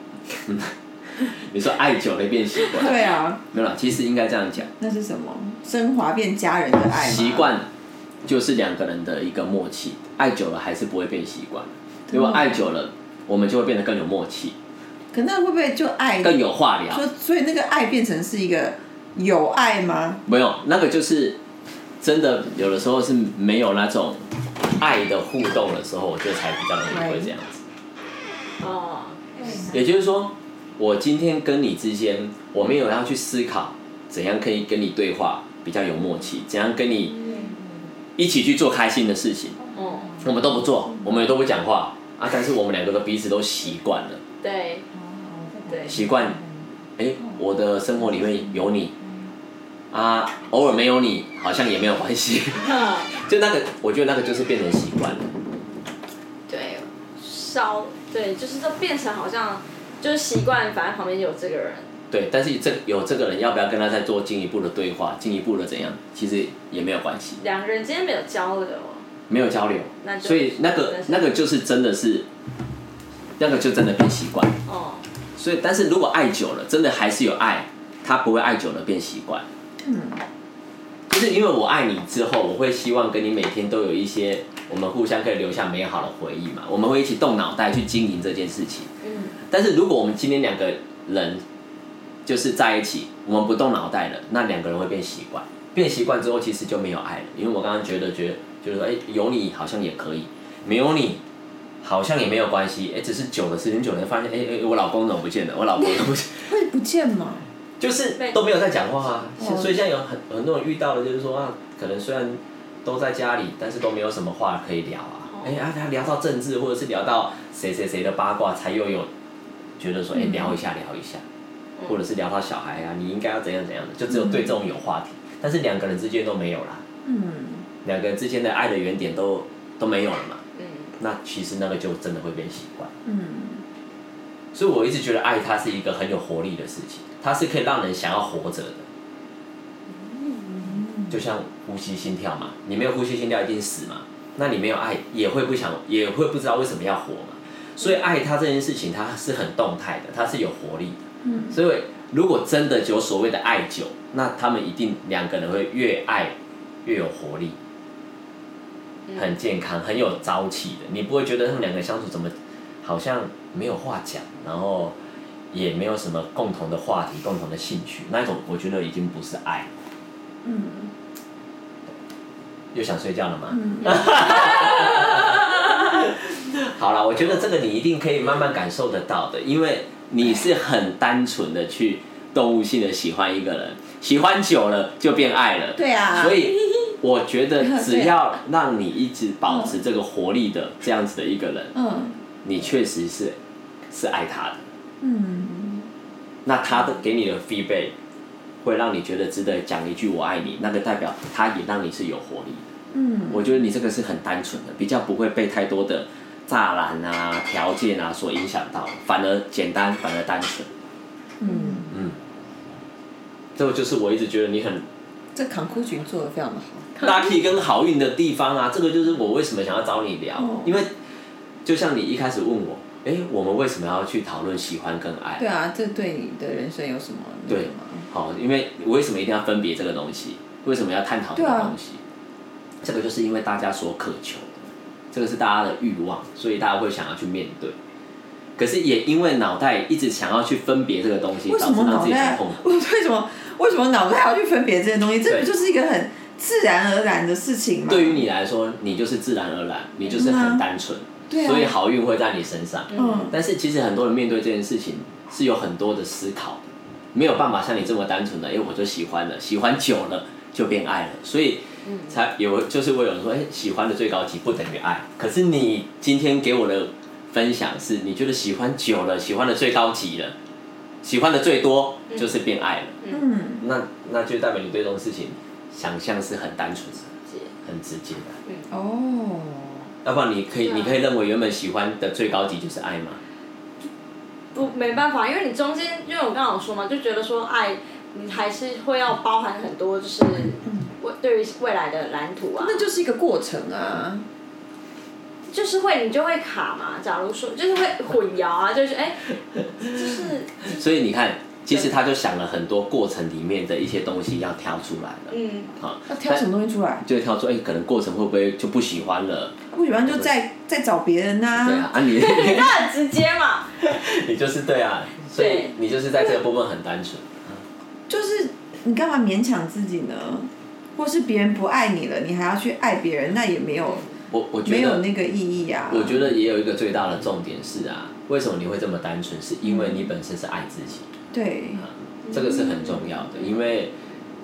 [SPEAKER 2] 你说爱久了变习惯，
[SPEAKER 1] 对啊，
[SPEAKER 2] 没有啦，其实应该这样讲，
[SPEAKER 1] 那是什么？升华变家人的爱吗
[SPEAKER 2] 习。惯就是两个人的一个默契，爱久了还是不会变习惯。
[SPEAKER 1] 啊
[SPEAKER 2] 如果爱久了，我们就会变得更有默契，
[SPEAKER 1] 可那会不会就爱？
[SPEAKER 2] 更有话聊。
[SPEAKER 1] 说，哎所以那个爱变成是一个有爱吗？
[SPEAKER 2] 没有，那个就是真的，有的时候是没有那种爱的互动的时候，我觉得才比较容易会这样子。
[SPEAKER 3] 哼，哦，
[SPEAKER 2] 也就是说，我今天跟你之间，我没有要去思考怎样可以跟你对话比较有默契，怎样跟你一起去做开心的事情。
[SPEAKER 3] 哦，
[SPEAKER 2] 我们都不做，我们也都不讲话啊，但是我们两个都彼此都习惯了，
[SPEAKER 3] 对，对，
[SPEAKER 2] 习惯，哎、我的生活里面有你，啊，偶尔没有你好像也没有关系，
[SPEAKER 1] 啊
[SPEAKER 3] 嗯，
[SPEAKER 2] 就那个，我觉得那个就是变成习惯了，
[SPEAKER 3] 对，烧，对，就是这变成好像就是习惯，反正旁边有这个人，
[SPEAKER 2] 对，但是这有这个人要不要跟他再做进一步的对话，进一步的怎样，其实也没有关系，
[SPEAKER 3] 两个人之间没有交流，
[SPEAKER 2] 没有交流，
[SPEAKER 3] 那就
[SPEAKER 2] 所以那个那个就是真的是，那个就真的变习惯，
[SPEAKER 3] 哦，
[SPEAKER 2] 所以但是如果爱久了，真的还是有爱，他不会爱久了变习惯。
[SPEAKER 1] 嗯，
[SPEAKER 2] 就是因为我爱你之后，我会希望跟你每天都有一些我们互相可以留下美好的回忆嘛。我们会一起动脑袋去经营这件事情。
[SPEAKER 3] 嗯，
[SPEAKER 2] 但是如果我们今天两个人就是在一起，我们不动脑袋了，那两个人会变习惯。变习惯之后，其实就没有爱了。因为我刚刚觉得觉得就是说，哎、有你好像也可以，没有你好像也没有关系。哎、只是久了时间久了，发现哎哎、诶我老公怎么不见了？我老公怎么不见了？
[SPEAKER 1] 会不见吗？
[SPEAKER 2] 就是都没有在讲话啊，所以现在有很很多人遇到的，就是说啊，可能虽然都在家里，但是都没有什么话可以聊啊。哎、啊，他聊到政治，或者是聊到谁谁谁的八卦，才又有觉得说，哎、
[SPEAKER 3] 嗯
[SPEAKER 2] 聊一下聊一下，或者是聊到小孩啊，你应该要怎样怎样的，就只有对这种有话题。但是两个人之间都没有啦，
[SPEAKER 1] 嗯，
[SPEAKER 2] 两个人之间的爱的原点都都没有了嘛，
[SPEAKER 3] 嗯，
[SPEAKER 2] 那其实那个就真的会变习惯。
[SPEAKER 1] 嗯，
[SPEAKER 2] 所以我一直觉得爱它是一个很有活力的事情，它是可以让人想要活着的。就像呼吸心跳嘛，你没有呼吸心跳一定死嘛，那你没有爱也会不想，也会不知道为什么要活嘛。所以爱它这件事情，它是很动态的，它是有活力的。
[SPEAKER 1] 嗯，
[SPEAKER 2] 所以如果真的有所谓的爱久，那他们一定两个人会越爱越有活力，
[SPEAKER 3] 嗯
[SPEAKER 2] 很健康，很有朝气的。你不会觉得他们两个相处怎么好像没有话讲，然后也没有什么共同的话题、共同的兴趣，那一种我觉得已经不是爱了。
[SPEAKER 1] 嗯，
[SPEAKER 2] 又想睡觉了吗？
[SPEAKER 1] 嗯，
[SPEAKER 2] 好了，我觉得这个你一定可以慢慢感受得到的，因为你是很单纯的去动物性的喜欢一个人，喜欢久了就变爱了。
[SPEAKER 1] 对啊，
[SPEAKER 2] 所以我觉得只要让你一直保持这个活力的这样子的一个人，
[SPEAKER 1] 嗯，
[SPEAKER 2] 你确实是是爱他的。
[SPEAKER 1] 嗯，
[SPEAKER 2] 那他的给你的 feedback 会让你觉得值得讲一句我爱你，那个代表他也让你是有活力的。
[SPEAKER 1] 嗯，
[SPEAKER 2] 我觉得你这个是很单纯的，比较不会被太多的栅栏啊、条件啊所影响到，反而简单，反而单纯。
[SPEAKER 1] 嗯，
[SPEAKER 2] 嗯，这个就是我一直觉得你很
[SPEAKER 1] 这扛哭群做的非常的好，
[SPEAKER 2] lucky 跟好运的地方啊。这个就是我为什么想要找你聊，
[SPEAKER 1] 嗯哦
[SPEAKER 2] 因为就像你一开始问我，哎、我们为什么要去讨论喜欢跟爱？
[SPEAKER 1] 对啊，这对你的人生有什么那
[SPEAKER 2] 对
[SPEAKER 1] 个吗？
[SPEAKER 2] 好，因为为什么一定要分别这个东西？为什么要探讨这个
[SPEAKER 1] 对啊
[SPEAKER 2] 东西？这个就是因为大家所渴求的，这个是大家的欲望，所以大家会想要去面对。可是也因为脑袋一直想要去分别这个东西，
[SPEAKER 1] 为
[SPEAKER 2] 导
[SPEAKER 1] 什
[SPEAKER 2] 致
[SPEAKER 1] 么
[SPEAKER 2] 让
[SPEAKER 1] 脑
[SPEAKER 2] 自己很
[SPEAKER 1] 袋
[SPEAKER 2] 痛？苦。
[SPEAKER 1] 为什么为什么脑袋还要去分别这些东西？这
[SPEAKER 2] 对
[SPEAKER 1] 不就是一个很自然而然的事情吗？
[SPEAKER 2] 对于你来说，你就是自然而然，你就是
[SPEAKER 1] 嗯啊
[SPEAKER 2] 很单纯，
[SPEAKER 1] 对啊
[SPEAKER 2] 所以好运会在你身上。
[SPEAKER 1] 嗯
[SPEAKER 2] 但是其实很多人面对这件事情是有很多的思考的，没有办法像你这么单纯的，哎、我就喜欢了，喜欢久了就变爱了，所以才有就是我有人说，哎、喜欢的最高级不等于爱，可是你今天给我的分享是，你觉得喜欢久了，喜欢的最高级了，喜欢的最多就是变爱了，
[SPEAKER 1] 嗯
[SPEAKER 2] 那那就代表你对这种事情想象是很单纯的，很直接的，
[SPEAKER 1] 哦，
[SPEAKER 2] 要不然你可以、
[SPEAKER 3] 对啊
[SPEAKER 2] 你可以认为原本喜欢的最高级就是爱吗？
[SPEAKER 3] 不没办法，因为你中间，因为我刚刚有说嘛，就觉得说爱，你还是会要包含很多，就是未对于未来的蓝图啊，
[SPEAKER 1] 那就是一个过程啊。
[SPEAKER 3] 就是会你就会卡嘛。假如说就是会混淆啊，就是哎，就是
[SPEAKER 2] 所以你看，其实他就想了很多过程里面的一些东西要挑出来了，
[SPEAKER 3] 嗯，
[SPEAKER 2] 好、
[SPEAKER 1] 要挑什么东西出来？
[SPEAKER 2] 就挑出哎、可能过程会不会就不喜欢了？
[SPEAKER 1] 不喜欢就再再找别人呐、
[SPEAKER 2] 对啊，啊 你
[SPEAKER 3] 那很直接嘛，
[SPEAKER 2] 你就是对啊，所以
[SPEAKER 3] 对
[SPEAKER 2] 你就是在这个部分很单纯。
[SPEAKER 1] 就是你干嘛勉强自己呢？或是别人不爱你了，你还要去爱别人，那也没有
[SPEAKER 2] 我我觉
[SPEAKER 1] 没有
[SPEAKER 2] 得，
[SPEAKER 1] 那个意义啊。
[SPEAKER 2] 我觉得也有一个最大的重点是啊，为什么你会这么单纯？是因为你本身是爱自己，
[SPEAKER 1] 对，
[SPEAKER 2] 这个是很重要的，因为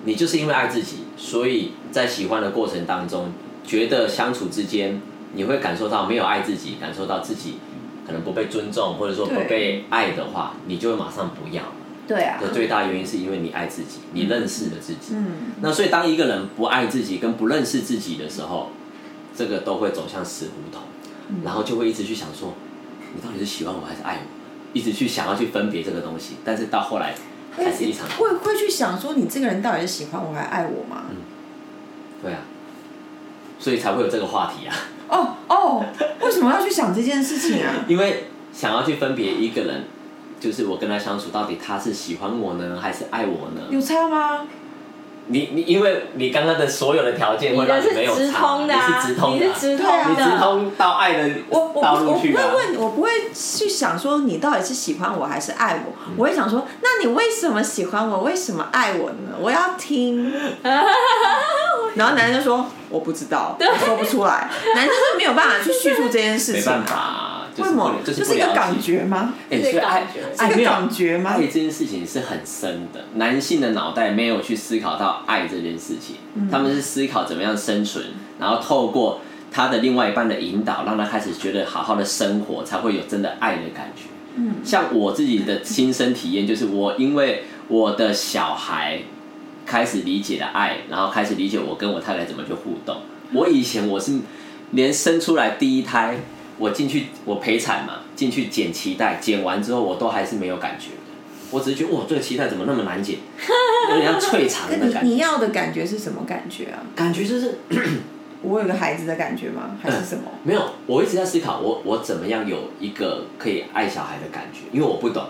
[SPEAKER 2] 你就是因为爱自己，所以在喜欢的过程当中，觉得相处之间你会感受到没有爱自己，感受到自己可能不被尊重，或者说不
[SPEAKER 1] 对
[SPEAKER 2] 被爱的话，你就会马上不要。
[SPEAKER 1] 对啊
[SPEAKER 2] 的，最大原因是因为你爱自己，你认识了自己。
[SPEAKER 1] 嗯，
[SPEAKER 2] 那所以当一个人不爱自己跟不认识自己的时候，这个都会走向死胡同，然后就会一直去想说，你到底是喜欢我还是爱我，一直去想要去分别这个东西，但是到后来还是一场
[SPEAKER 1] 嗯会会去想说你这个人到底是喜欢我还爱我吗？
[SPEAKER 2] 对啊，所以才会有这个话题啊，
[SPEAKER 1] 哦哦，为什么要去想这件事情 啊？
[SPEAKER 2] 因为想要去分别一个人，就是我跟他相处到底他是喜欢我呢，还是爱我呢？
[SPEAKER 1] 有差吗？
[SPEAKER 2] 你你因为你刚刚的所有的条件会
[SPEAKER 3] 的
[SPEAKER 2] 让
[SPEAKER 3] 是
[SPEAKER 2] 没有
[SPEAKER 3] 直
[SPEAKER 2] 差
[SPEAKER 3] 通的啊，
[SPEAKER 2] 你是直通的啊、
[SPEAKER 3] 你是直
[SPEAKER 1] 对啊
[SPEAKER 3] 通
[SPEAKER 2] 你直
[SPEAKER 3] 的，
[SPEAKER 2] 通到爱的
[SPEAKER 1] 我我不
[SPEAKER 2] 道
[SPEAKER 1] 我
[SPEAKER 2] 路
[SPEAKER 1] 不
[SPEAKER 2] 去
[SPEAKER 1] 会
[SPEAKER 2] 啊。
[SPEAKER 1] 问，我不会去想说你到底是喜欢我还是爱我，
[SPEAKER 2] 嗯
[SPEAKER 1] 我会想说，那你为什么喜欢我，为什么爱我呢？我要听。 然后男人就说我不知道，我说不出来。男生是没有办法去叙述这件事
[SPEAKER 2] 没
[SPEAKER 1] 情，啊
[SPEAKER 2] 办法，就
[SPEAKER 1] 为
[SPEAKER 2] 是
[SPEAKER 1] 什
[SPEAKER 2] 不
[SPEAKER 1] 么
[SPEAKER 2] 能？
[SPEAKER 1] 这
[SPEAKER 2] 就是
[SPEAKER 1] 一
[SPEAKER 2] 不
[SPEAKER 1] 个
[SPEAKER 2] 了
[SPEAKER 1] 感
[SPEAKER 2] 解。
[SPEAKER 1] 觉吗？
[SPEAKER 2] 哎，
[SPEAKER 3] 是
[SPEAKER 2] 所以爱
[SPEAKER 3] 感觉
[SPEAKER 1] 是一
[SPEAKER 2] 爱没
[SPEAKER 1] 个
[SPEAKER 2] 有
[SPEAKER 1] 感觉吗
[SPEAKER 2] 爱？这件事情是很深的，男性的脑袋没有去思考到爱这件事情，
[SPEAKER 1] 嗯
[SPEAKER 2] 他们是思考怎么样生存，然后透过他的另外一半的引导，让他开始觉得好好的生活才会有真的爱的感觉。嗯，像我自己的亲身体验就是，我因为我的小孩开始理解了爱，然后开始理解我跟我太太怎么去互动。我以前我是连生出来第一胎，我进去我陪产嘛，进去剪脐带，剪完之后我都还是没有感觉的，我只是觉得哇，这个脐带怎么那么难剪，哎有点像脆肠
[SPEAKER 1] 那
[SPEAKER 2] 的
[SPEAKER 1] 你
[SPEAKER 2] 感
[SPEAKER 1] 你
[SPEAKER 2] 觉，
[SPEAKER 1] 要的感觉是什么感觉啊？
[SPEAKER 2] 感觉就是
[SPEAKER 1] 我有个孩子的感觉吗？还是什么？
[SPEAKER 2] 没有，我一直在思考我我怎么样有一个可以爱小孩的感觉，因为我不懂。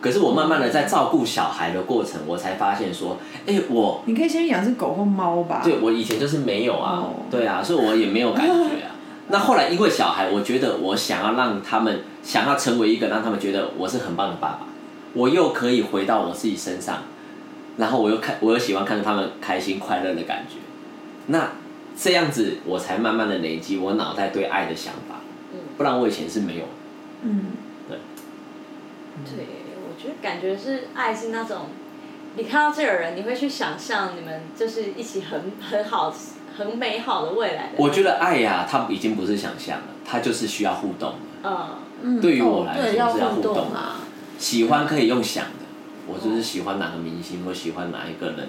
[SPEAKER 2] 可是我慢慢的在照顾小孩的过程，我才发现说，哎、我
[SPEAKER 1] 你可以先养只狗或猫吧。
[SPEAKER 2] 对我以前就是没有啊
[SPEAKER 1] 啊哦，
[SPEAKER 2] 对啊，所以我也没有感觉啊。那后来因为小孩，我觉得我想要让他们想要成为一个让他们觉得我是很棒的爸爸，我又可以回到我自己身上，然后我又看我又喜欢看着他们开心快乐的感觉，那这样子我才慢慢的累积我脑袋对爱的想法，
[SPEAKER 3] 嗯
[SPEAKER 2] 不然我以前是没有。
[SPEAKER 1] 嗯，
[SPEAKER 3] 对，我觉得感觉是爱是那种，你看到这个人，你会去想象你们就是一起很很好、很美好的未来的。
[SPEAKER 2] 我觉得爱呀、它已经不是想象了，它就是需要互动的。
[SPEAKER 3] 嗯，
[SPEAKER 1] 嗯
[SPEAKER 2] 对于我来说
[SPEAKER 1] 哦对
[SPEAKER 2] 是要
[SPEAKER 1] 要
[SPEAKER 2] 互动
[SPEAKER 1] 动啊。
[SPEAKER 2] 喜欢可以用想的，我就是喜欢哪个明星，我喜欢哪一个人，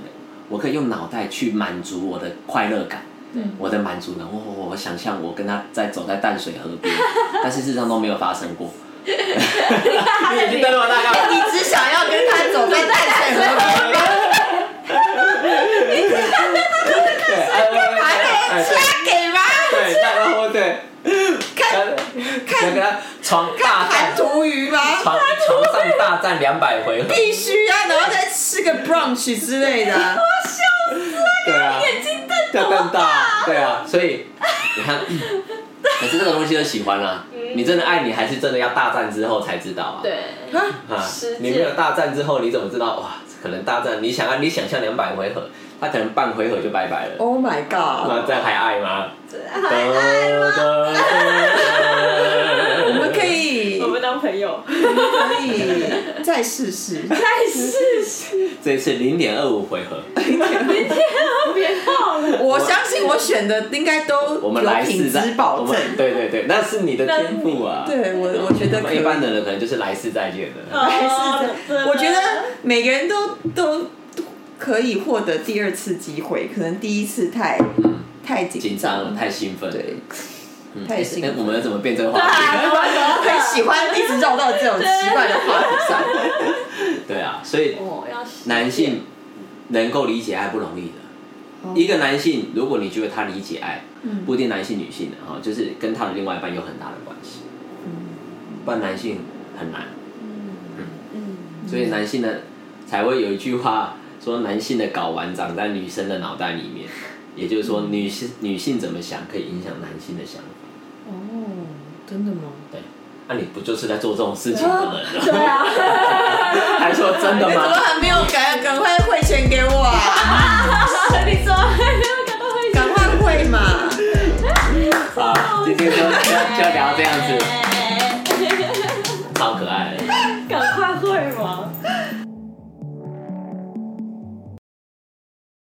[SPEAKER 2] 我可以用脑袋去满足我的快乐感，
[SPEAKER 1] 嗯
[SPEAKER 2] 我的满足感。我哦我我想象我跟他在走在淡水河边，但是事实上都没有发生过。你已经登了大概，
[SPEAKER 1] 你只想要跟他走在淡水河边，
[SPEAKER 2] 对，哎还没
[SPEAKER 1] 他给吗？
[SPEAKER 2] 哎对，然后对，看看跟他床大
[SPEAKER 1] 弹
[SPEAKER 2] 战，
[SPEAKER 1] 涂鱼吗？
[SPEAKER 2] 床床上大战两百回合，
[SPEAKER 1] 必须啊，然后再吃个 brunch 之类 的啊。
[SPEAKER 2] 对啊，眼睛瞪瞪大，对啊，所以你看，嗯可是这个东西就喜欢啦、啊你真的爱你，还是真的要大战之后才知道啊？
[SPEAKER 3] 对，
[SPEAKER 2] 啊
[SPEAKER 3] 实，践
[SPEAKER 2] 你没有大战之后，你怎么知道？哇，可能大战，你想啊，你想象两百回合，他可能半回合就拜拜了，
[SPEAKER 1] Oh my
[SPEAKER 2] 那
[SPEAKER 1] god！
[SPEAKER 2] 这样还爱吗？
[SPEAKER 3] 还爱吗？
[SPEAKER 1] 我们可以
[SPEAKER 3] 我们当朋友，
[SPEAKER 1] 可以再试试，
[SPEAKER 3] 再 试试，
[SPEAKER 2] 这次零点二五回合，
[SPEAKER 3] 别闹了。
[SPEAKER 1] 我相信我选的应该都
[SPEAKER 2] 我
[SPEAKER 1] 有
[SPEAKER 2] 们来
[SPEAKER 1] 品
[SPEAKER 2] 试
[SPEAKER 1] 质
[SPEAKER 2] 战，
[SPEAKER 1] 保
[SPEAKER 2] 我
[SPEAKER 1] 证。
[SPEAKER 2] 们对对对，那是你的
[SPEAKER 3] 那
[SPEAKER 2] 天赋啊。
[SPEAKER 1] 对我，我觉得可
[SPEAKER 2] 一
[SPEAKER 1] 以。
[SPEAKER 2] 般的人可能就是来世再见的。
[SPEAKER 3] 嗯
[SPEAKER 1] 还是
[SPEAKER 3] 真的
[SPEAKER 1] 在我觉得每个人都都可以获得第二次机会，可能第一次太
[SPEAKER 2] 嗯
[SPEAKER 1] 太
[SPEAKER 2] 紧
[SPEAKER 1] 紧
[SPEAKER 2] 张
[SPEAKER 1] 张
[SPEAKER 2] 了，太兴奋了。
[SPEAKER 1] 对，
[SPEAKER 2] 嗯
[SPEAKER 1] 太兴奋
[SPEAKER 2] 哎我们怎么变这个 话题？
[SPEAKER 1] 很喜欢一直绕到这种奇怪的话题上。
[SPEAKER 2] 对啊，所以
[SPEAKER 3] 哦，要
[SPEAKER 2] 男性能够理解爱不容易的。 一个男性，如果你觉得他理解爱，
[SPEAKER 1] 嗯
[SPEAKER 2] 不一定男性女性的哈，就是跟他的另外一半有很大的关系。
[SPEAKER 1] 嗯
[SPEAKER 2] 不然男性很难，
[SPEAKER 3] 嗯，
[SPEAKER 2] 所以男性呢才会有一句话说，男性的睾丸长在女生的脑袋里面，也就是
[SPEAKER 1] 嗯
[SPEAKER 2] 说，女性女性怎么想可以影响男性的想法。
[SPEAKER 1] 哦，真的吗？
[SPEAKER 2] 对，那、你不就是在做这种事情的人 了？
[SPEAKER 3] 对 啊，
[SPEAKER 2] 还说真的
[SPEAKER 1] 哎怎么
[SPEAKER 2] 吗？
[SPEAKER 1] 还没有赶赶快汇钱给我啊？
[SPEAKER 3] 你怎么会感到会
[SPEAKER 1] 赶快汇嘛！
[SPEAKER 2] 好，今天就就就聊这样子。